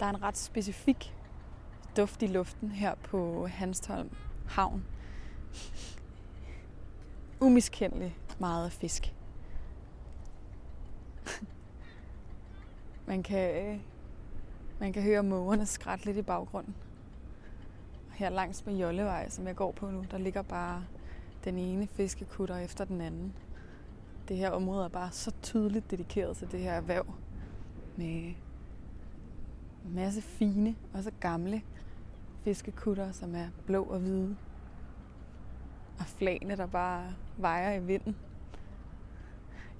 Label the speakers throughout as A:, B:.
A: Der er en ret specifik duft i luften her på Hanstholm Havn. Umiskendelig meget fisk. Man kan, øh, man kan høre mågerne skrætte lidt i baggrunden. Og Her langs med Jollevej, som jeg går på nu, der ligger bare den ene fiskekutter efter den anden. Det her område er bare så tydeligt dedikeret til det her erhverv. Med en masse fine og så gamle fiskekutter, som er blå og hvide. Og flagene, der bare vejer i vinden.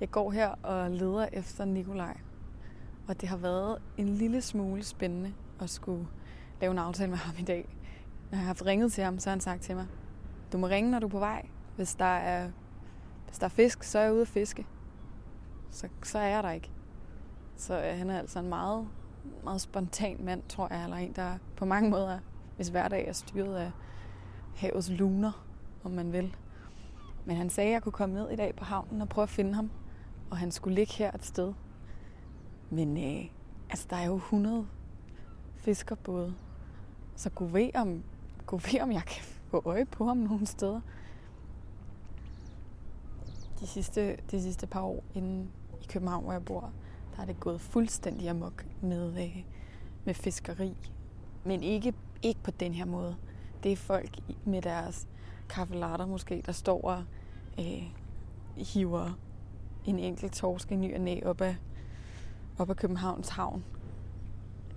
A: Jeg går her og leder efter Nikolaj. Og det har været en lille smule spændende at skulle lave en aftale med ham i dag. Når jeg har haft ringet til ham, så har han sagt til mig, du må ringe, når du er på vej. Hvis der er, hvis der er fisk, så er jeg ude at fiske. Så, så er jeg der ikke. Så øh, han er altså en meget, meget spontan mand, tror jeg, eller en, der på mange måder, hvis hverdag er styret af havets luner, om man vil. Men han sagde, at jeg kunne komme ned i dag på havnen og prøve at finde ham, og han skulle ligge her et sted. Men øh, altså, der er jo 100 fiskerbåde, så gå ved, om, gå ved, om jeg kan få øje på ham nogle steder. De sidste, de sidste par år inde i København, hvor jeg bor, der er det gået fuldstændig amok med, øh, med fiskeri. Men ikke, ikke på den her måde. Det er folk i- med deres kaffelatter måske, der står og øh, hiver en enkelt torsk i ny og næ op af, op af Københavns havn.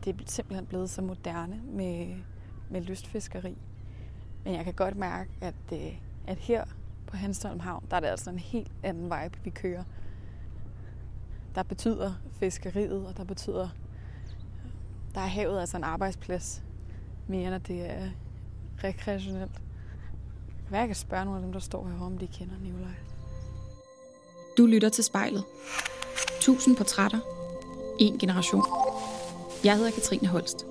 A: Det er simpelthen blevet så moderne med, med lystfiskeri. Men jeg kan godt mærke, at, øh, at her på Hanstholm Havn, der er det altså en helt anden vibe, vi kører. Der betyder fiskeriet, og der betyder, der er havet altså en arbejdsplads, mere end at det er rekreationelt. Hvad jeg kan spørge nogle af dem, der står her, om de kender Nikolaj.
B: Du lytter til spejlet. 1000 portrætter. En generation. Jeg hedder Katrine Holst.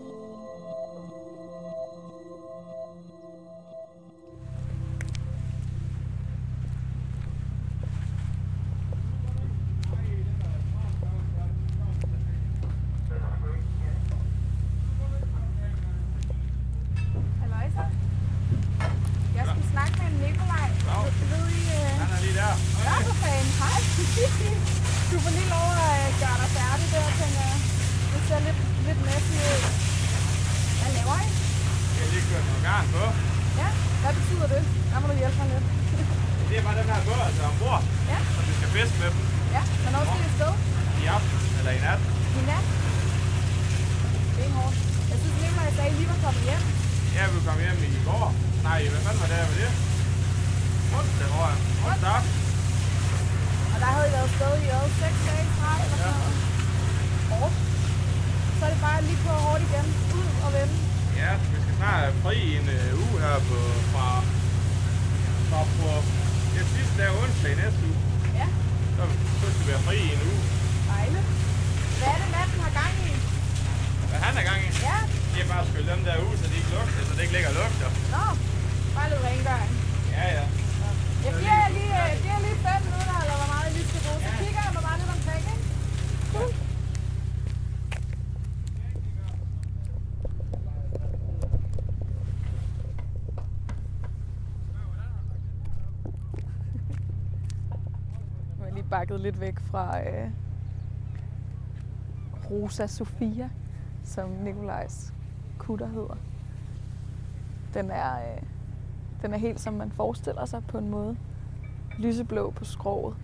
C: Halløj så. Jeg skulle snakke med Nikolaj. Ved I... Øh...
D: Han er lige der.
C: Nå, for fanden. Hej. du får lige lov at øh, gøre dig færdig der, tænker jeg. Det ser lidt, lidt messy ud. Hvad laver I?
D: Jeg lige kørt på garn på.
C: Ja. Hvad betyder det? Der må du hjælpe mig lidt.
D: Det er bare den her båd, altså ombord,
C: ja.
D: og vi skal fiske med dem
C: Ja. Hvornår skal I afsted?
D: i aften eller i nat.
C: I nat. Det er hårdt. Jeg synes, Nikolaj sagde, at I lige var kommet hjem.
D: Ja, vi kom hjem i går. Nej, hvad fanden var det, var det? Onsdag, tror jeg. Onsdag aften.
C: Og der havde I været afsted i øh, 6 dage i træk eller sådan noget. Hårdt. Så er det bare lige på hårdt igen. Ud og vende.
D: Ja, vi skal snart have fri i en øh, uge her på, fra, fra på, det sidste dag onsdag i næste uge.
C: Ja.
D: Så, så skal vi have fri i en uge.
C: Dejligt. Hvad er det, Madsen har gang i?
D: Hvad han er gang i?
C: Ja.
D: Det er bare at skylle dem der ud, så de ikke lugter, så det ikke ligger og lugter.
C: Nå, bare lidt rengøring.
D: Ja, ja.
C: Jeg giver jer lige, øh, giver jer lige fem minutter, eller hvor meget jeg lige skal bruge. Så kigger jeg mig bare lidt omkring, ikke? Cool.
A: Nu har jeg lige bakket lidt væk fra øh, Rosa Sofia, som Nikolajs kutter hedder. Den er, øh, den er helt som man forestiller sig på en måde. Lyseblå på skroget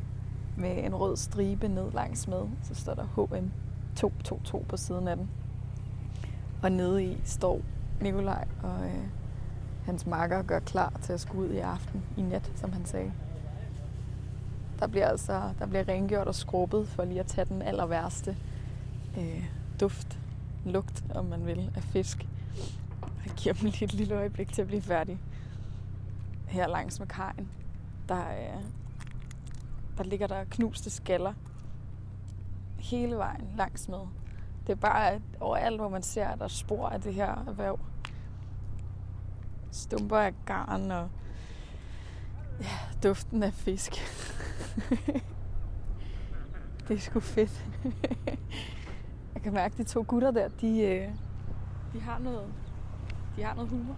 A: med en rød stribe ned langs med. Så står der HM 222 på siden af den. Og nede i står Nikolaj og øh, hans makker gør klar til at skulle ud i aften i nat, som han sagde. Der bliver altså der bliver rengjort og skrubbet for lige at tage den aller værste øh, duft, lugt, om man vil, af fisk. Jeg giver dem lige et lille øjeblik til at blive færdig. Her langs med kajen, der, øh, der ligger der knuste skaller hele vejen langs med. Det er bare at overalt, hvor man ser, at der er spor af det her erhverv. Stumper af garn og ja, duften af fisk. det er sgu fedt. Jeg kan mærke, at de to gutter der, de, øh, de har noget, de har noget humor.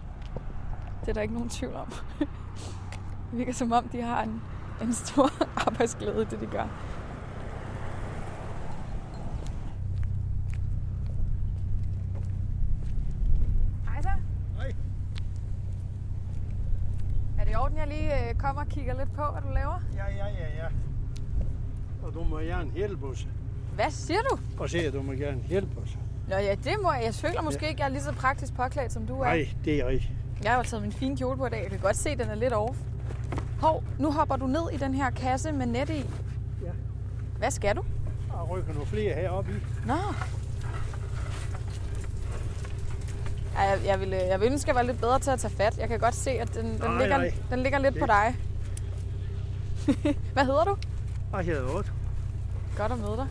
A: Det er der ikke nogen tvivl om. det virker som om, de har en, en stor arbejdsglæde i det, de gør.
E: Hej så.
F: Hej.
A: Er det i orden, jeg lige øh, kommer og kigger lidt på, hvad du laver?
G: Ja, ja, ja, ja. Og du må gerne hjælpe os.
A: Hvad siger du?
G: Og se, du må gerne hjælpe os.
A: Nå ja, det må jeg. Jeg føler måske ja. ikke, jeg er lige så praktisk påklædt, som du er.
G: Nej, det er rigtigt.
A: Jeg har jo taget min fine kjole på i dag. Jeg kan godt se, at den er lidt off. Hov, nu hopper du ned i den her kasse med net i.
G: Ja.
A: Hvad skal du?
G: Og rykker nogle flere heroppe i.
A: Nå. Ej, Jeg, jeg, ville, jeg ville ønske, at jeg var lidt bedre til at tage fat. Jeg kan godt se, at den, den,
G: Nej,
A: ligger,
G: nej.
A: den ligger lidt på
G: Det-
A: dig. Hvad hedder du?
G: Og her er 8.
A: Godt at møde dig.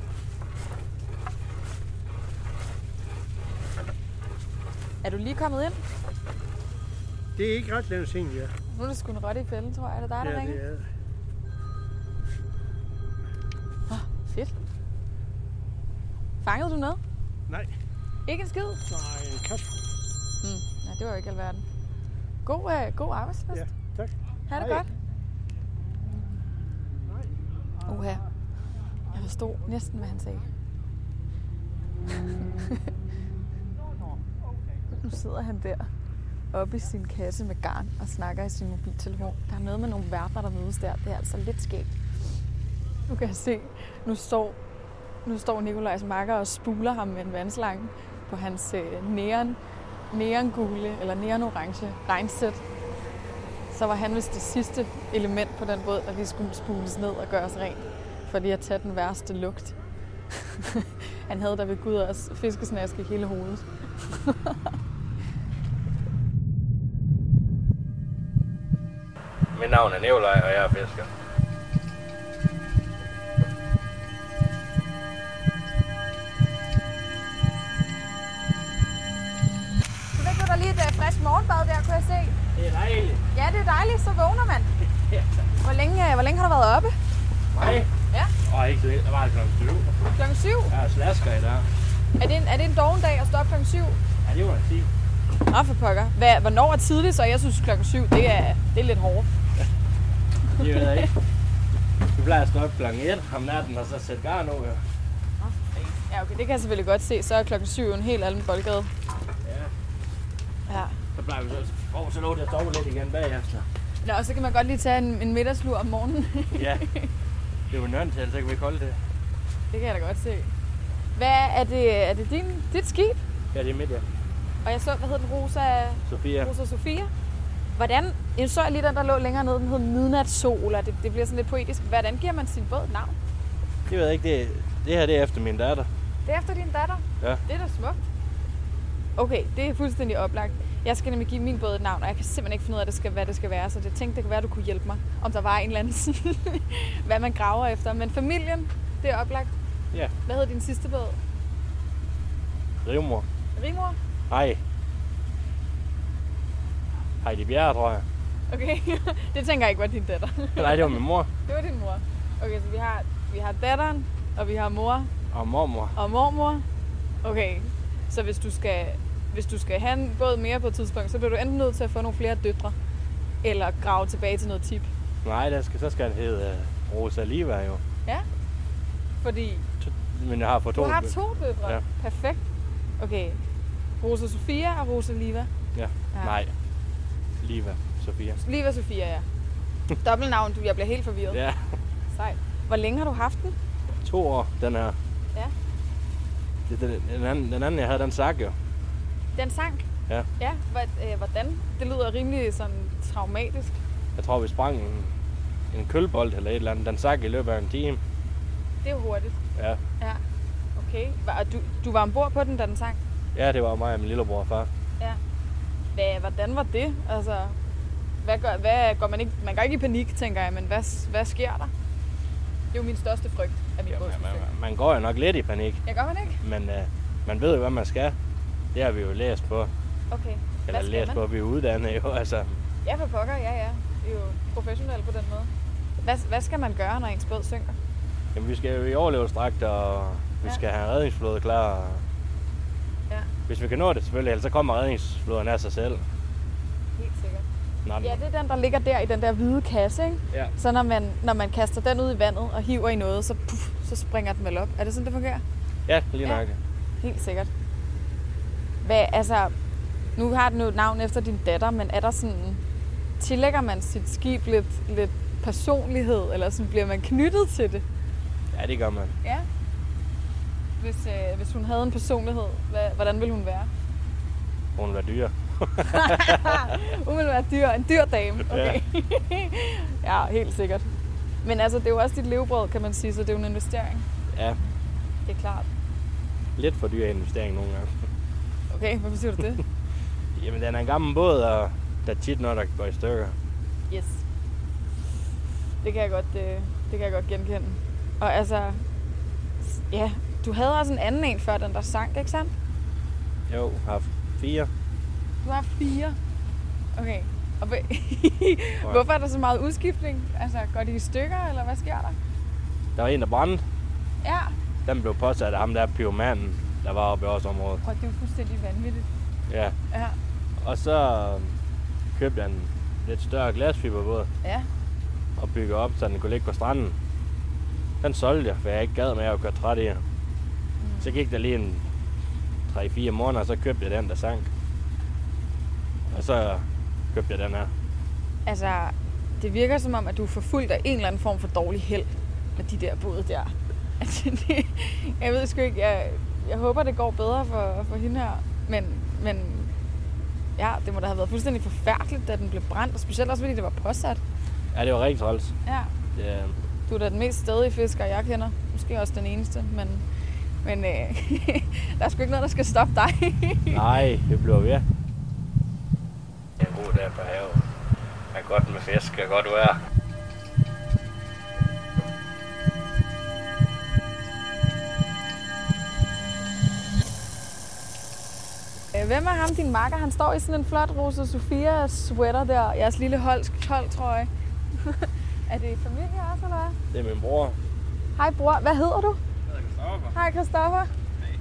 A: Er du lige kommet ind?
G: Det er ikke ret længe siden, ja.
A: Nu er der sgu en rotte i fælden, tror jeg. Er det dig, der
G: ja,
A: ringer?
G: det er. det.
A: Fedt. Fangede du noget?
G: Nej,
A: Ikke en skid?
G: nej, en kasse.
A: Mm. Nej, det var jo ikke alverden. God, øh, god arbejdsløst.
G: Ja, tak.
A: Ha' det
G: Hej.
A: godt. Uha. Jeg forstod næsten, hvad han sagde. nu sidder han der oppe i sin kasse med garn og snakker i sin mobiltelefon. Der er noget med nogle verdener, der mødes der. Det er altså lidt skægt. Nu kan jeg se, nu står, nu står Nikolajs makker og spuler ham med en vandslange på hans øh, neon, neongule eller neonorange regnsæt så var han vist det sidste element på den båd, der lige skulle spules ned og gøres rent, for lige at tage den værste lugt. han havde der ved Gud også fiskesnask i hele hovedet.
D: Mit navn er Nikolaj, og jeg er fisker.
E: Du fik jo da lige et øh, frisk morgenbad der, kunne jeg se.
D: Det er dejligt.
E: Ja, det er dejligt, så vågner man.
D: Ja.
E: Hvor længe, øh, hvor længe har du været oppe?
D: Hej.
E: Ja.
D: Og ikke så lidt. Der var det klokken 20.
E: Klokken 7.
D: Jeg har slasker i dag.
E: Er det en, er det en doven dag at stå op klokken 7?
D: Ja, det må jeg sige.
A: Nå for pokker. Hvad, hvornår er tidligt, så jeg synes klokken 7, det er, det er lidt hårdt.
D: Det ved jeg ikke. Du plejer at stå op klokken 1 om natten, og så sætte garn ud. jo.
A: Ja, okay, det kan jeg selvfølgelig godt se. Så er klokken 7 en helt anden boldgade.
D: Ja.
A: Ja.
D: Så plejer vi så, oh, så lå det at sove lidt igen bagefter.
A: Nå, og så kan man godt lige tage en, en middagslur om morgenen.
D: Ja. Det er jo nødt til, så kan vi ikke holde det.
A: det kan jeg da godt se. Hvad er det? Er det din, dit skib?
D: Ja, det er midt, ja.
A: Og jeg så, hvad hed den? Rosa...
D: Sofia.
A: Rosa Sofia. Hvordan, jeg så lige den, der lå længere nede, den hed Midnatssol, og det, det bliver sådan lidt poetisk. Hvordan giver man sin båd et navn?
D: Det ved jeg ikke. Det, det her det er efter min datter.
A: Det er efter din datter?
D: Ja.
A: Det er da smukt. Okay, det er fuldstændig oplagt. Jeg skal nemlig give min båd et navn, og jeg kan simpelthen ikke finde ud af, det skal, hvad det skal være, så det tænkte, det kunne være, du kunne hjælpe mig, om der var en eller anden, sådan, hvad man graver efter. Men familien, det er oplagt.
D: Ja.
A: Hvad hed din sidste båd?
D: Rivmor.
A: Rimor?
D: Hej. Heidi Bjerre, tror jeg.
A: Okay, det tænker jeg ikke var din datter.
D: Nej, det var min mor
A: Det var din mor. Okay, så vi har, vi har datteren, og vi har mor,
D: og mormor.
A: Og mormor? Okay, så hvis du skal, hvis du skal have en båd mere på et tidspunkt, så bliver du enten nødt til at få nogle flere døtre, eller grave tilbage til noget tip.
D: Nej, der skal, så skal den hedde øh, Rosa Liva jo.
A: Fordi
D: To- Men jeg har for
A: du
D: to.
A: har to døtre.
D: Ja.
A: Perfekt. Okay, Rosa Sofia og Rosa Liva. Ja.
D: Nej. Liva. Sofia.
A: Liva Sofia, ja. Dobbeltnavn, du, jeg bliver helt forvirret.
D: Ja.
A: Sejt. Hvor længe har du haft den?
D: To år, den her.
A: Ja.
D: Det, den, den, anden, den anden, jeg havde, den sak jo.
A: Den sang?
D: Ja.
A: Ja, hva- øh, hvordan? Det lyder rimelig sådan traumatisk.
D: Jeg tror, vi sprang en, en kølbold eller et eller andet. Den sak i løbet af en time.
A: Det er jo hurtigt.
D: Ja.
A: Ja. Okay. Var- Og du, du var ombord på den, da den sang?
D: Ja, det var mig og min lillebror og far.
A: Hvad, hvordan var det? Altså, hvad gør, hvad går man ikke, man går ikke i panik, tænker jeg, men hvad, hvad sker der? Det er jo min største frygt, at min
D: Ja,
A: båd
D: man,
A: skal sænke.
D: man, man, går jo nok lidt i panik,
A: Ja, gør man ikke?
D: men øh, man ved jo, hvad man skal. Det har vi jo læst på.
A: Okay.
D: Eller
A: skal
D: læst
A: man?
D: på, vi er uddannet jo. Altså,
A: Ja, for pokker, ja, ja. Det er jo professionelle på den måde. Hvad, hvad skal man gøre, når ens båd synker?
D: jamen, vi skal jo i overlevelsdragt, og vi
A: Ja.
D: skal have redningsflåde klar. Og
A: Ja.
H: Hvis vi kan nå det selvfølgelig, ellers så kommer redningsflåden af sig selv.
C: Helt sikkert.
H: Nå, men,
A: Ja, det er den, der ligger der i den der hvide kasse, ikke?
H: Ja.
A: Så når man, når man kaster den ud i vandet og hiver i noget, så, puff, så springer den vel op. Er det sådan, det fungerer?
H: ja, lige
A: Ja.
H: nok. Ja.
A: Helt sikkert. Hvad, altså, nu har den jo et navn efter din datter, men er der sådan, tillægger man sit skib lidt, lidt personlighed, eller sådan, bliver man knyttet til det?
H: ja, det gør man.
A: Ja. Hvis, øh, hvis hun havde en personlighed, hvad, hvordan ville hun være?
H: Hun var dyr.
A: Hun ville være dyr, en dyr dame. Okay. Ja. ja, helt sikkert. Men altså, det er jo også dit levebrød, kan man sige, så det er jo en investering.
H: Ja,
A: Det er klart.
H: lidt for dyr investering nogle gange.
A: Okay, hvorfor siger du det?
H: Jamen, den er en gammel båd, og der er tit noget, der går i stykker.
A: Yes. Det kan jeg godt, øh, det kan jeg godt genkende. Og altså, s- ja, du havde også en anden en før den der sank, ikke sandt?
H: Jo, har haft fire.
A: Du har fire. Okay. Og hva- hvorfor er der så meget udskiftning? Altså, går de i stykker, eller hvad sker der?
H: Der var en, der brændte.
A: Ja.
H: Den blev påsat af ham der pyromanden, der var oppe i vores område.
A: Prøv, det er jo fuldstændig vanvittigt.
H: Ja.
A: Ja.
H: Og så øh, købte han en lidt større glasfiberbåd
A: Ja.
H: og byggede op, så den kunne ligge på stranden. Den solgte jeg, for jeg ikke gad med at køre træt i. den. Så gik der lige en 3-4 måneder, og så købte jeg den, der sank. Og så købte jeg den her.
A: Altså, det virker som om, at du er forfulgt af en eller anden form for dårlig held med de der både der. Altså, det, jeg ved sgu ikke, jeg, jeg håber, det går bedre for, for hende her, men, men ja, det må da have været fuldstændig forfærdeligt, da den blev brændt, og specielt også, fordi det var påsat.
H: Ja, det var rigtig træls.
A: Ja.
H: Det, øhm,
A: Du er da den mest stedige fisker, jeg kender. Måske også den eneste, men, men øh, der er sgu ikke noget, der skal stoppe dig.
H: nej, det blev ved. Det er en god dag på havet. Det er godt med fisk, det er godt vejr.
A: Øh, Hvem er ham, din makker? Han står i sådan en flot Rosa Sofia sweater der. Jeres lille holsk 12-trøje. er det familie også, eller hvad?
H: Det er min bror.
A: Hej bror, hvad hedder du? Hej Christoffer.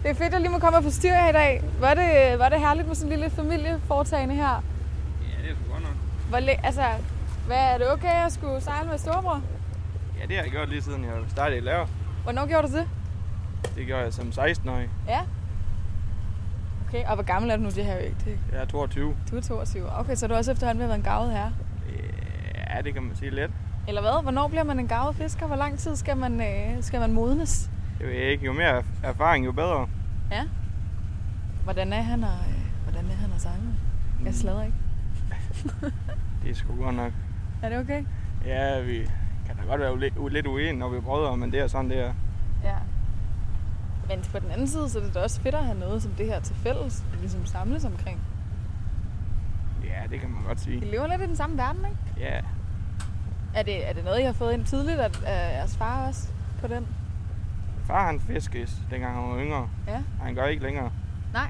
A: Det er fedt, at jeg lige må komme og forstyrre jer i dag. Var det, var det herligt med sådan en lille familieforetagende her?
D: Ja, det er sgu godt nok.
A: Hvor læ- altså, hvad er det okay, at jeg skulle sejle med storebror?
D: Ja, det har jeg gjort lige siden jeg startede i lærer.
A: Hvornår gjorde du det?
D: Det gjorde jeg som 16-årig.
A: Ja. Okay, og hvor gammel er du nu? Det her er jo ikke. det-
D: Jeg er 22.
A: Du er 22. Okay, så er du også efterhånden ved at være en gavet herre.
D: Ja, det kan man sige let.
A: Eller hvad? Hvornår bliver man en gavet fisker? Hvor lang tid skal man, øh, skal man modnes?
D: Det ved jeg ikke. Jo mere erfaring, jo bedre.
A: Hvordan er han og, øh, hvordan er han og sejle? Jeg slader ikke.
D: Det er sgu godt nok.
A: Er det okay?
D: Ja, vi kan da godt være ule- u- lidt uenige, når vi er brødre, men det er sådan, det er.
A: Ja. Men på den anden side, så er det da også fedt at have noget som det her til fælles. at Ligesom samles omkring.
D: Ja, det kan man godt
A: I
D: sige.
A: lever lidt i den samme verden, ikke?
D: Ja,
A: Er det, er det noget, I har fået ind tidligt, at øh, jeres far også på den?
D: far han fiskes, dengang han var yngre.
A: Ja.
D: Og Han gør ikke længere.
A: Nej.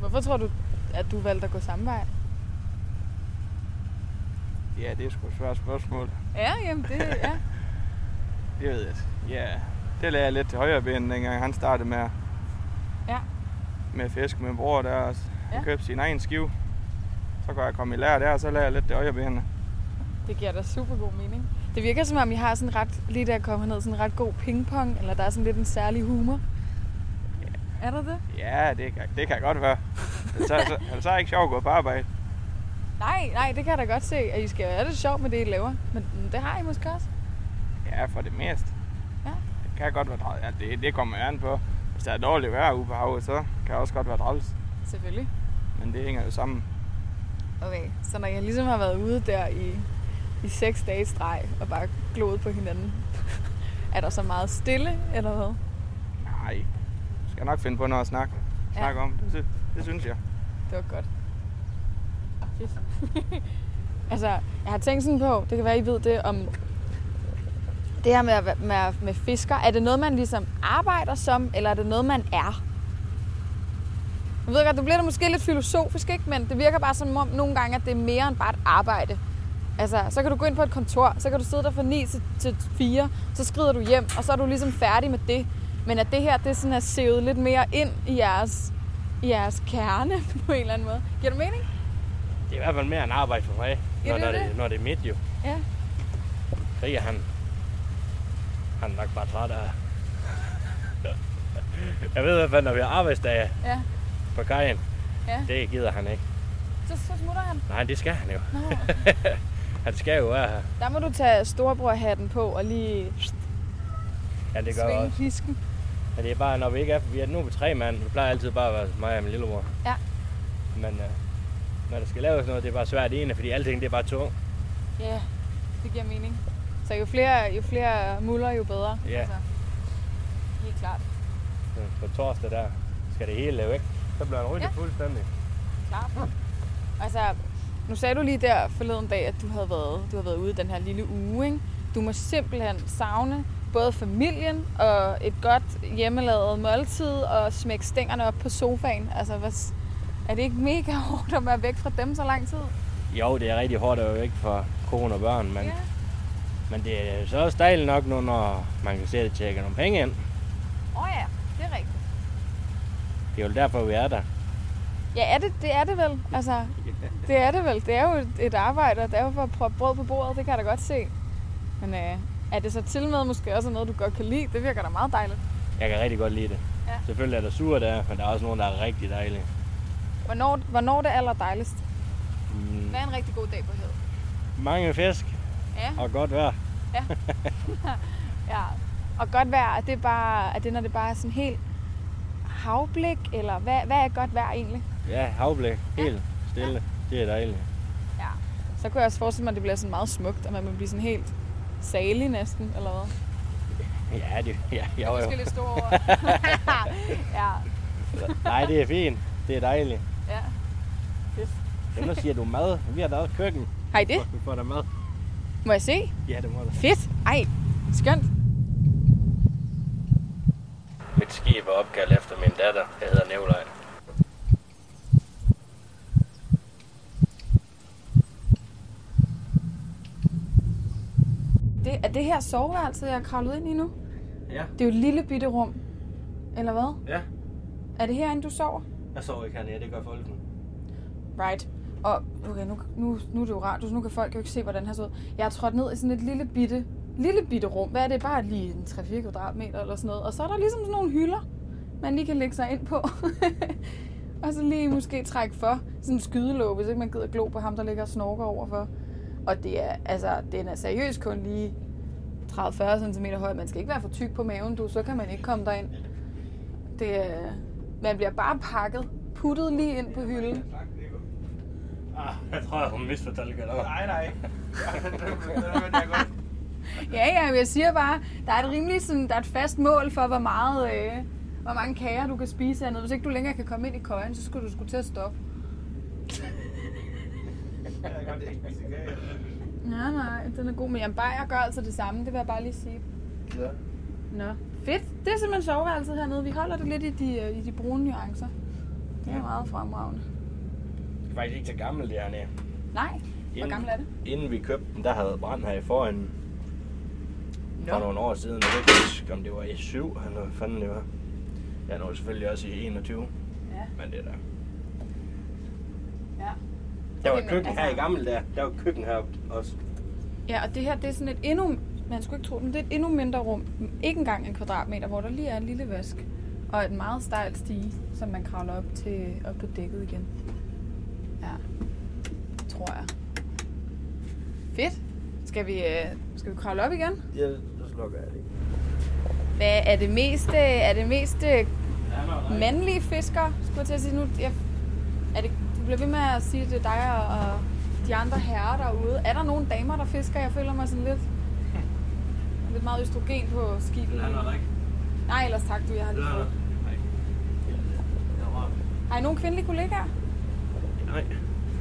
A: Hvorfor tror du, at du valgte at gå samme vej?
D: Ja, det er sgu et svært spørgsmål.
A: Ja, jamen det, ja.
D: Det ved jeg. Ja, det lagde jeg lidt til højre ben, dengang han startede med,
A: Ja.
D: med fisk med min bror der. og s- Han
A: Ja.
D: købte sin egen skive. Så kunne jeg komme i lære der, og så lagde jeg lidt til højre ben.
A: Det giver da super god mening. Det virker som om, I har sådan ret, lige der kommer ned, sådan en ret god pingpong, eller der er sådan lidt en særlig humor. Er der det?
D: Ja, det kan, det kan godt være. Det så, så, ellers er det ikke sjovt at gå på arbejde.
A: Nej, nej, det kan jeg da godt se, at I skal være lidt sjov med det, I laver. Men det har I måske også.
D: Ja, for det meste.
A: Ja.
D: Det kan godt være træls. Ja, det, det kommer jeg an på. Hvis der er dårligt vejr ude på havet, så kan det også godt være træls.
A: Selvfølgelig.
D: Men det hænger jo sammen.
A: Okay, så når jeg ligesom har været ude der i, i seks dage i streg, og bare gloet på hinanden, er der så meget stille, eller hvad?
D: Nej, jeg skal nok finde på noget at snakke, snakke om. Det, sy- det synes jeg.
A: Det var godt. Fedt. altså, jeg har tænkt sådan på, det kan være, I ved det, om det her med, at være- med, med fisker. Er det noget, man ligesom arbejder som, eller er det noget, man er? Jeg ved godt, det bliver det måske lidt filosofisk, ikke? men det virker bare som om nogle gange, at det er mere end bare et arbejde. Altså, så kan du gå ind på et kontor, så kan du sidde der fra 9 til, til 4, så skrider du hjem, og så er du ligesom færdig med det. Men at det her, det sådan er sevet lidt mere ind i jeres, i jeres kerne på en eller anden måde. Giver det mening?
H: Det er i hvert fald mere en arbejde for mig,
A: Ja,
H: når,
A: det er
H: når, det,
A: det.
H: når det er midt jo.
A: Ja.
H: Ikke at han. Han er nok bare træt af. Jeg ved i hvert fald, når vi har arbejdsdage
A: Ja.
H: på kajen,
A: Ja.
H: det gider han ikke.
A: Så, så smutter han.
H: Nej, det skal han jo.
A: Nå.
H: Han skal jo være her.
A: Der må du tage storebrorhatten på og lige
H: Ja, det gør jeg
A: svinge
H: også.
A: pisken.
H: Men det er bare, når vi ikke er, vi er nu er vi tre mand, det plejer altid bare at være mig og min lillebror.
A: Ja.
H: Men øh, når der skal laves noget, det er bare svært ene, fordi alting det er bare tungt.
A: Ja, yeah. det giver mening. Så jo flere, jo flere muller, jo bedre.
H: Ja.
A: helt klart. Altså.
H: Så På torsdag der skal det hele lave, ikke? Så bliver han ryddet
A: Ja.
H: fuldstændig.
A: klart. Altså, nu sagde du lige der forleden dag, at du havde været, du havde været ude den her lille uge. Ikke? Du må simpelthen savne både familien og et godt hjemmelavet måltid og smække stængerne op på sofaen. Altså, hvad, s- er det ikke mega hårdt at være væk fra dem så lang tid?
H: Jo, det er rigtig hårdt at være ikke for kone og børn, men,
A: Ja.
H: men det er så også dejligt nok nu, når man kan se, at det tjekker nogle penge ind.
A: Åh oh ja, det er rigtigt.
H: Det er jo derfor, vi er der.
A: Ja, er det, det er det vel. Altså, det er det vel. Det er jo et- et arbejde, og det er jo for at proppe brød på bordet. Det kan jeg da godt se. Men øh, er det så til med måske også noget, du godt kan lide? Det virker da meget dejligt.
H: Jeg kan rigtig godt lide det.
A: Ja.
H: Selvfølgelig er der sure der, men der er også nogen, der er rigtig dejlige.
A: Hvornår, hvornår er det aller dejligst?
H: Mm,
A: Hvad er en rigtig god dag på havet?
H: mange fisk
A: Ja.
H: og godt vejr.
A: ja. Og godt vejr, er det, bare, er det når det bare er sådan helt havblik, eller hvad, hvad er godt vejr egentlig?
H: Ja, havblik. Helt stille. Det er dejligt.
A: Ja. Så kunne jeg også forestille mig, at det bliver sådan meget smukt, og man vil blive sådan helt salig næsten, eller hvad?
H: Ja, det, ja, jo, jo.
A: lidt store ord. ja,
H: Nej, det er fint. Det er dejligt.
A: ja.
H: Jamen, nu siger du mad. Vi har da også køkken.
A: Har I det?
H: Vi får da mad.
A: Må jeg se?
H: Ja, det må du.
A: Fedt. Ej, skønt.
H: Mit skib er opkaldt efter min datter. Jeg hedder Nevlej.
A: Det, er det her soveværelset, jeg har kravlet ind i nu?
H: Ja.
A: Det er jo et lille bitte rum. Eller hvad?
H: Ja.
A: Er det herinde, du sover?
H: Jeg sover ikke hernede. Det gør folken.
A: Right. Og okay, nu, nu, nu er det jo radio, så nu kan folk jo ikke se, hvordan han så ud. Jeg er trådt ned i sådan et lille bitte, lille bitte rum. Hvad er det? Bare lige en 3-4 kvadratmeter eller sådan noget. Og så er der ligesom sådan nogle hylder, man lige kan lægge sig ind på. og så lige måske trække for sådan en skydelåg, hvis ikke man gider glo på ham, der ligger og snorker overfor. Og det er, altså, den er seriøst kun lige 30-40 cm høj. Man skal ikke være for tyk på maven, du, så kan man ikke komme derind. Det er, man bliver bare pakket, puttet lige ind på hylden.
H: Ah, jeg tror, jeg har misfortolket dig.
D: Nej, nej. Den, den, den, den er godt.
A: Ja, ja, men jeg siger bare, der er et rimeligt sådan, der er et fast mål for, hvor meget, øh, hvor mange kager du kan spise hernede. Hvis ikke du længere kan komme ind i køjen, så skulle du skulle til at stoppe.
D: Den er godt, det er ikke spise kage.
A: Nej, nej, den er god. Men jamen, bare jeg gør altså det samme, det vil jeg bare lige sige.
D: Ja.
A: Nå, fedt. Det er simpelthen soveværelset hernede. Vi holder det lidt i de, øh, i de brune nuancer. Det er meget fremragende.
H: Det er faktisk ikke så gammel, det hernede.
A: Nej, hvor gammel er det?
H: Inden vi købte den, der havde brand her i forhånden.
A: Nå.
H: For nogle år siden. Jeg kan ikke huske, om det var i 7 eller hvad fanden det var. Jeg nåede selvfølgelig også i 21.
A: Ja.
H: Men det er der.
A: Ja.
H: Der var
A: Okay, men
H: køkken her i
A: altså-
H: gammel der. Der var køkken her også.
A: Ja, og det her, det er sådan et endnu, man skulle ikke tro det, men det er et endnu mindre rum, ikke engang en kvadratmeter, hvor der lige er en lille vask og et meget stejlt stige, som man kravler op, til, op på dækket igen. Ja, tror jeg. Fedt. Skal vi, øh, skal vi kravle op igen?
H: Ja, så slukker jeg det.
A: Hvad er det mest, øh, er det mest øh, mandlige fiskere, skulle jeg til at sige nu? Jeg, er det, du bliver ved med at sige, at det er dig og, og de andre herrer derude. Er der nogle damer, der fisker? Jeg føler mig sådan lidt... Lidt meget østrogen på skibet.
H: ikke.
A: Nej, ellers tak du, jeg har lige fået. Har I nogen kvindelige kollegaer?
H: Nej,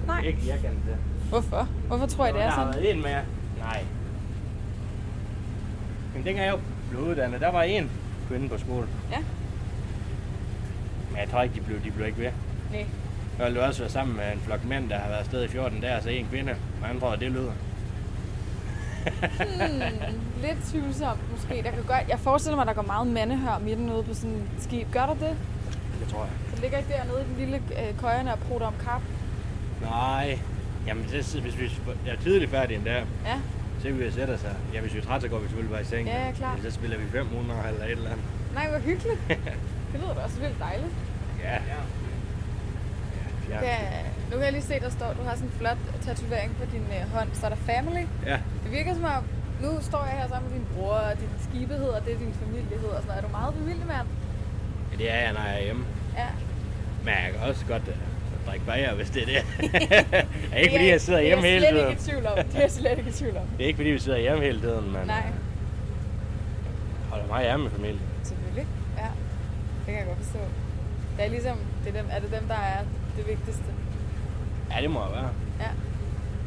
A: Nej.
H: ikke jeg kan det.
A: Hvorfor? Hvorfor tror jeg, det er
H: Der har
A: sådan?
H: været en med jer. Nej. Men dengang jeg blev uddannet, der var en kvinde på skole.
A: Ja.
H: Men jeg tror ikke, de blev, de blev ikke ved.
A: Nej.
H: Jeg ville jo også være sammen med en flok mænd, der har været afsted i 14 dage, og så en kvinde. Og andre, det lyder.
A: Hmm, lidt tvivlsomt måske. Der kan godt, jeg forestiller mig, at der går meget mandehør om i den ude på sådan et skib. Gør der det?
H: Det tror jeg.
A: Det ligger ikke dernede i den lille øh, køjerne og prutter om kap.
H: Nej. Jamen, det, hvis vi er tidligt færdige endda,
A: Ja,
H: så kan vi sætte os her. Ja, hvis vi er trætte, så går vi selvfølgelig bare i seng.
A: Ja, ja, klart.
H: Ellers Så spiller vi 500 eller et eller andet.
A: nej, hvor hyggeligt. Det lyder da også vildt dejligt.
H: Ja. Ja.
A: Ja, nu kan jeg lige se, der står, du har sådan en flot tatovering på din øh, hånd. Så er der family.
H: Ja.
A: Det virker som om, nu står jeg her sammen med din bror, og din skibe hedder det, din familie hedder. og Sådan noget. Er du meget familiemand?
H: ja. Det er jeg, når jeg er hjemme.
A: Ja.
H: Men jeg kan også godt uh, drikke bajer, hvis det er det. det er ikke
A: Det
H: fordi,
A: er-
H: jeg sidder hjemme hele
A: Det er jeg slet ikke i
H: tiden.
A: tvivl om. Det er jeg slet ikke i tvivl om.
H: Det er ikke fordi, vi sidder hjemme hele tiden, men
A: Nej,
H: øh, holder meget hjemme med familien.
A: selvfølgelig. Ja, det kan jeg godt forstå. Det er ligesom, det er, dem, er det dem, der er det vigtigste.
H: Ja, det må jeg være.
A: Ja.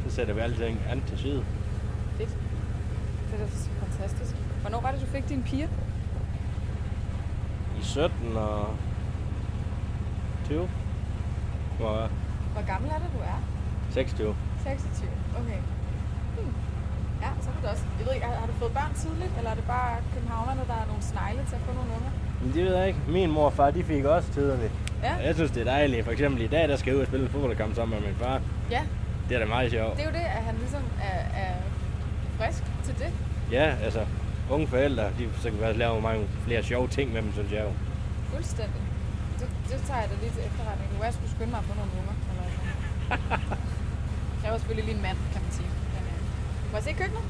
H: Så sætter vi alting andet til side.
A: Det er da fantastisk. Hvornår var det, du fik din piger?
H: I 17 og 20. Må jeg være.
A: Hvor gammel er det, du er?
H: 26.
A: 26. Okay. Hmm. Ja, så er det også. Jeg ved ikke, har har du fået børn tidligt, eller er det bare københavnerne, der er nogle snegle til at få nogle unger?
H: Men det ved jeg ikke. Min mor og far, de fik også tidligt.
A: Ja.
H: Og Jeg synes, det er dejligt. For eksempel i dag, der skal jeg ud og spille en fodboldkamp sammen med min far.
A: Ja.
H: Det er da meget sjovt.
A: Det er jo det, at han ligesom er, er frisk til det.
H: Ja, altså, unge forældre, de så kan vi også lave mange flere sjove ting med dem, synes jeg jo.
A: Fuldstændig. Det, det tager jeg da lige til efterretning. Det kunne være, jeg skulle skynde mig at få nogle unger. Eller sådan. Det kræver selvfølgelig lige en mand, kan man sige. Men, øh, Må jeg se køkkenet?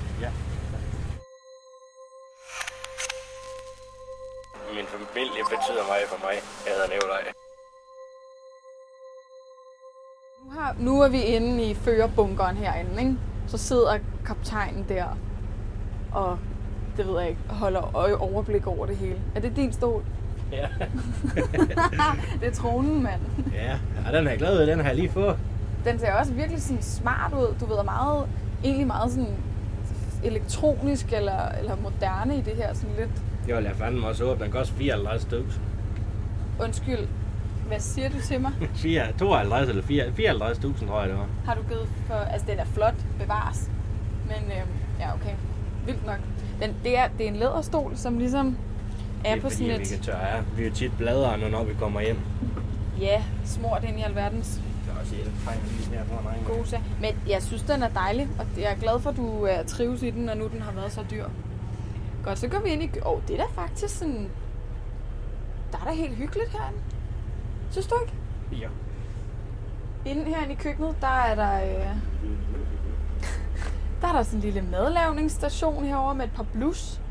H: Min familie betyder meget for mig. Jeg hedder Nikolaj.
A: Nu, har, nu er vi inde i førerbunkeren herinde, ikke? Så sidder kaptajnen der og det ved jeg ikke, holder øje- overblik over det hele. Er det din stol?
H: Ja.
A: det er tronen, mand.
H: ja, og den er jeg glad ved, den har jeg lige fået.
A: Den ser også virkelig sådan smart ud. Du ved, er meget, egentlig meget sådan elektronisk eller, eller moderne i det her. Sådan lidt,
H: Jo, lad fanden også op. Den koster 54 tusind.
A: undskyld, hvad siger du til mig?
H: 52 eller 54 tusind, tror jeg det var.
A: Har du givet for... Altså, den er flot, bevares. Men øh, ja, okay. Vildt nok. Den, det, er, det er en læderstol, som ligesom er,
H: det er
A: på
H: fordi,
A: sådan
H: vi kan
A: et...
H: tørre. af. Vi er jo tit bladere, nu, når vi kommer hjem.
A: Ja, smurt ind i alverdens
H: Det er også helt fejl lige her foran egen.
A: gode sag. Men jeg synes, den er dejlig, og jeg er glad for, at du øh, trives i den, og nu den har været så dyr. Godt, så går vi ind i... Åh, oh, det er da faktisk sådan... Der er da helt hyggeligt herinde. Synes du ikke?
H: Ja.
A: Inden herinde i køkkenet, der er der... Øh, der er der sådan en lille madlavningsstation herover med et par blus.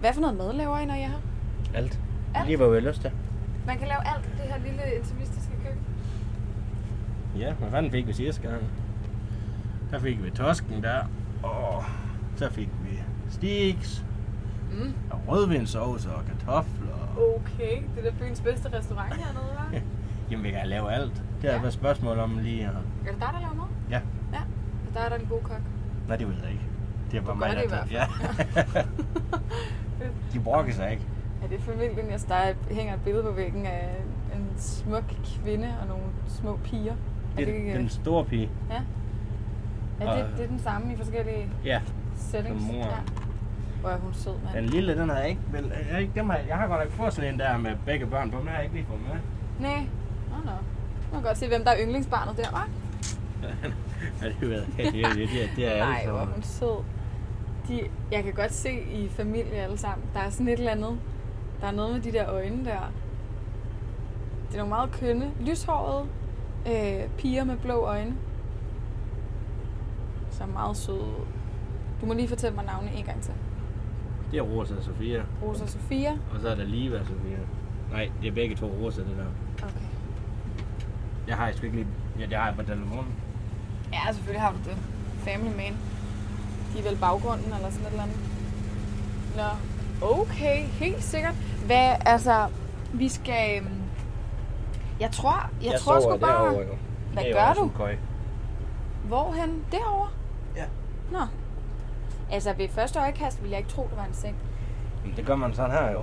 A: Hvad for noget mad laver I, når I er her?
H: Alt.
A: Alt.
H: Lige hvad vi har lyst til.
A: Man kan lave alt i det her lille intimistiske køkken.
H: Ja, hvad fanden fik vi sidste gang? Der fik vi tosken der, og så fik vi stiks,
A: Mm.
H: og rødvindsovs og kartofler.
A: Okay, det er da byens bedste restaurant hernede, hva'?
H: Jamen, vi kan lave alt. Det er
A: Ja.
H: ja. et spørgsmål om lige at...
A: Er det dig, der laver mad?
H: Ja.
A: Ja, og der er der en god kok.
H: Nej, det ved jeg ikke. Det er bare
A: Du
H: mig,
A: gør det i
H: der-
A: hvert
H: Ja. De brokker sig ikke.
A: Ja, det er familien. Jeg der hænger et billede på væggen af en smuk kvinde og nogle små piger. Er
H: Det
A: det,
H: er
A: ikke- øh,
H: den store pige.
A: er det,
H: og-
A: det er den samme i forskellige
H: Ja.
A: settings?
H: Som mor.
A: Hvor er hun sød, mand.
H: Den lille, den har jeg ikke... Vel, jeg, har ikke dem har, jeg har godt nok fået sådan en der med begge børn på, men den har jeg ikke lige fået med.
A: Nej. Nå, nå. Nu kan godt se, hvem der er yndlingsbarnet der, hva'?
H: Ja, det ved jeg. Det, det, det, det er
A: Nej,
H: alle
A: hvor er hun
H: sammen.
A: sød. De, jeg kan godt se i familie alle sammen, der er sådan et eller andet. Der er noget med de der øjne der. Det er nogle meget kønne, lyshårede øh, piger med blå øjne. Så meget søde. ud. Du må lige fortælle mig navnet en gang til.
H: Det er Rosa og Sofia.
A: Rosa Sofia.
H: Og så er der Liva og Sofia. Nej, det er begge to Rosa, det der.
A: Okay.
H: Jeg har sgu ikke lige... Ja, det har jeg på telefonen.
A: Ja, selvfølgelig har du det. Family man. De er vel baggrunden eller sådan et eller andet. Nå, okay, helt sikkert. Hvad, altså, vi skal... øhm, Jeg tror, jeg, jeg tror sgu bare...
H: jo.
A: Hvad
H: Det er jo
A: gør
H: også
A: du?
H: en køj.
A: Hvorhen? Derovre?
H: Ja.
A: Nå. Altså, ved første øjekast ville jeg ikke tro, det var en seng.
H: Men det gør man sådan her jo.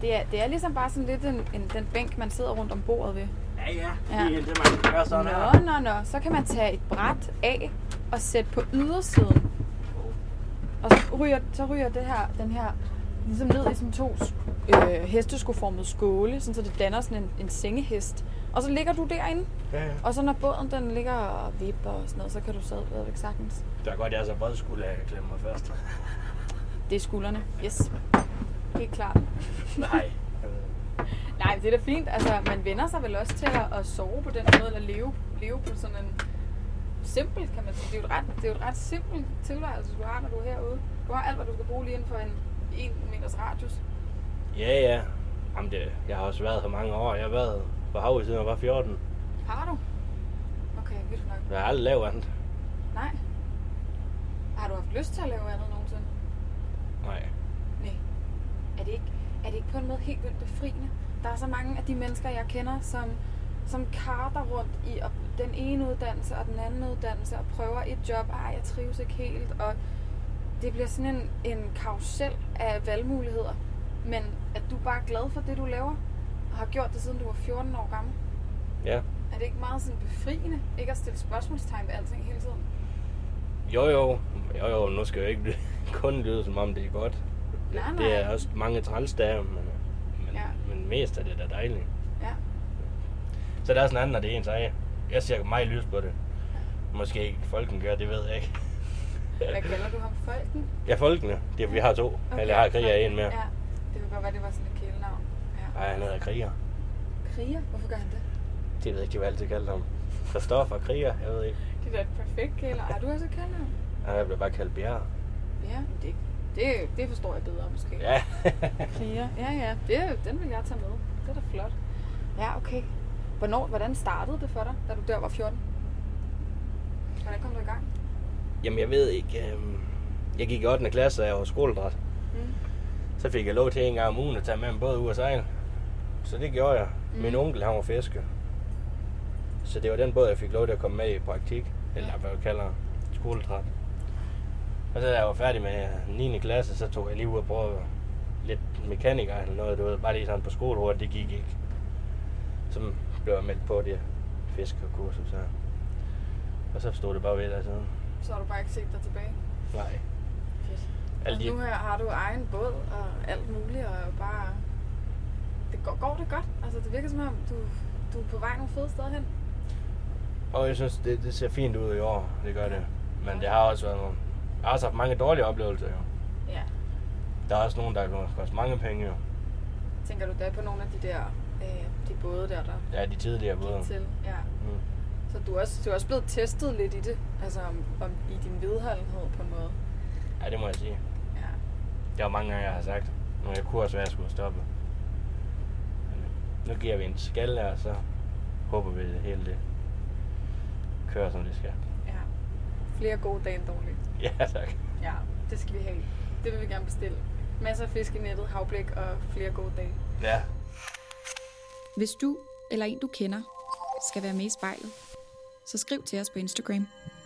A: Det er, det er ligesom bare sådan lidt en, en, den bænk, man sidder rundt om bordet ved.
H: Ja, ja.
A: Ja.
H: Det er det, man gør sådan her.
A: Nå, nå, nå. Så kan man tage et bræt af og sætte på ydersiden. Og så ryger, så ryger det her, den her ligesom ned i sådan to øh, hesteskoformede skåle, sådan så det danner sådan en, en sengehest. Og så ligger du derinde,
I: Ja, ja.
A: og så når båden den ligger og vipper og sådan noget, så kan du stadigvæk sagtens.
H: Det er godt, jeg er så bred skulle jeg kan klemme mig først.
A: Det er skuldrene. Yes. Helt klart.
H: Nej.
A: Nej, men det er da fint. Altså, man vender sig vel også til at, at sove på den måde, eller leve, leve på sådan en simpel, kan man sige. Det er jo et ret, det er jo et ret simpel tilværelse, du har, når du er herude. Du har alt, hvad du skal bruge lige inden for en 1 meters radius.
H: Ja, ja. Jamen det, jeg har også været her mange år. Jeg har været på havet siden jeg var 14.
A: Har du? Okay, vildt nok.
H: Jeg har aldrig lavet andet.
A: Nej. Har du haft lyst til at lave andet nogensinde?
H: Nej.
A: Nej. Er det ikke, er det ikke på en måde helt vildt befriende? Der er så mange af de mennesker, jeg kender, som, som karter rundt i og den ene uddannelse og den anden uddannelse og prøver et job. Ej, jeg trives ikke helt. Og det bliver sådan en, en karusel af valgmuligheder. Men at du bare er glad for det, du laver, og har gjort det, siden du var 14 år gammel.
H: Ja.
A: Er det ikke meget sådan befriende, ikke at stille spørgsmålstegn ved alting hele tiden?
H: Jo, jo. Jo, jo. Nu skal jeg jo ikke blive- kun lyde, som om det er godt.
A: Nej, nej.
H: Det er også mange trælsdage, men, men,
A: Ja.
H: ja. men mest er det da dejligt.
A: Ja.
H: Så der er sådan en anden, når det er ens eget. Jeg ser meget lys på det. Måske ikke folken gør, det ved jeg ikke.
A: Hvad kalder du ham? Folken?
H: Ja, folkene. Det er, vi har to. Okay, Eller jeg har kriger en mere.
A: Ja, det kunne godt være, det var sådan et kælenavn. Ja.
H: Nej, han hedder kriger.
A: Kriger? Hvorfor gør han det?
H: Det ved jeg ikke, de var altid kaldt ham. Christoffer kriger, jeg ved ikke.
A: Det er da et perfekt kæler. Har du også et kælenavn?
H: Og jeg blev bare kaldt bjerre.
A: Ja, men det, det, det forstår jeg bedre måske.
H: Ja.
A: Kriger. Ja, ja. Det, den vil jeg tage med. Det er da flot. Ja, okay. Hvornår, hvordan startede det for dig, da du der var 14? Hvordan kom du i gang?
H: Jamen, jeg ved ikke. øhm, Jeg gik i 8. klasse, og jeg var skoledræt.
A: Mm.
H: Så fik jeg lov til en gang om ugen at tage med en båd ud og sejle. Så det gjorde jeg. Min
A: Mm.
H: onkel, han var fisker. Så det var den båd, jeg fik lov til at komme med i praktik. Eller hvad jeg kalder skoletræt. Og så da jeg var færdig med 9. klasse, så tog jeg lige ud og prøvede lidt mekaniker eller noget. Du ved, bare lige sådan på skole hurtigt, det gik ikke. Så blev jeg meldt på det fiskerkursus her. Og så stod det bare ved der siden.
A: Så har du bare ikke set dig tilbage.
H: Nej.
A: Fedt.
H: Alle
A: Og
H: de,
A: nu her har du egen båd og alt muligt, og bare... Det går, går det godt? Altså, det virker som om, du, du er på vej nogle fede steder hen.
H: og jeg synes, det, det ser fint ud i år. Det gør det. Men det har også været nogle... Jeg har også haft mange dårlige oplevelser, jo.
A: Ja.
H: Der er også nogen, der har kostet mange penge, jo.
A: Tænker du da på nogle af de der, øh, de både der, der
H: Ja, de tidligere både.
A: gik til? Ja.
H: Mm.
A: Så du er, også, du er også blevet testet lidt i det, altså om, om i din vedholdenhed på en måde.
H: Ja, det må jeg sige.
A: Ja.
H: Der er mange gange, jeg har sagt, nu jeg kunne også være, at jeg skulle stoppe. Men, øh, nu giver vi en skalle, og så håber vi, at det hele det kører, som det skal.
A: ja. Flere gode dage end dårlige.
H: Ja, tak.
A: Ja, det skal vi have. Det vil vi gerne bestille. Masser af fisk i nettet, havblik og flere gode dage.
H: Ja.
B: Hvis du eller en, du kender, skal være med i spejlet, så skriv til os på Instagram.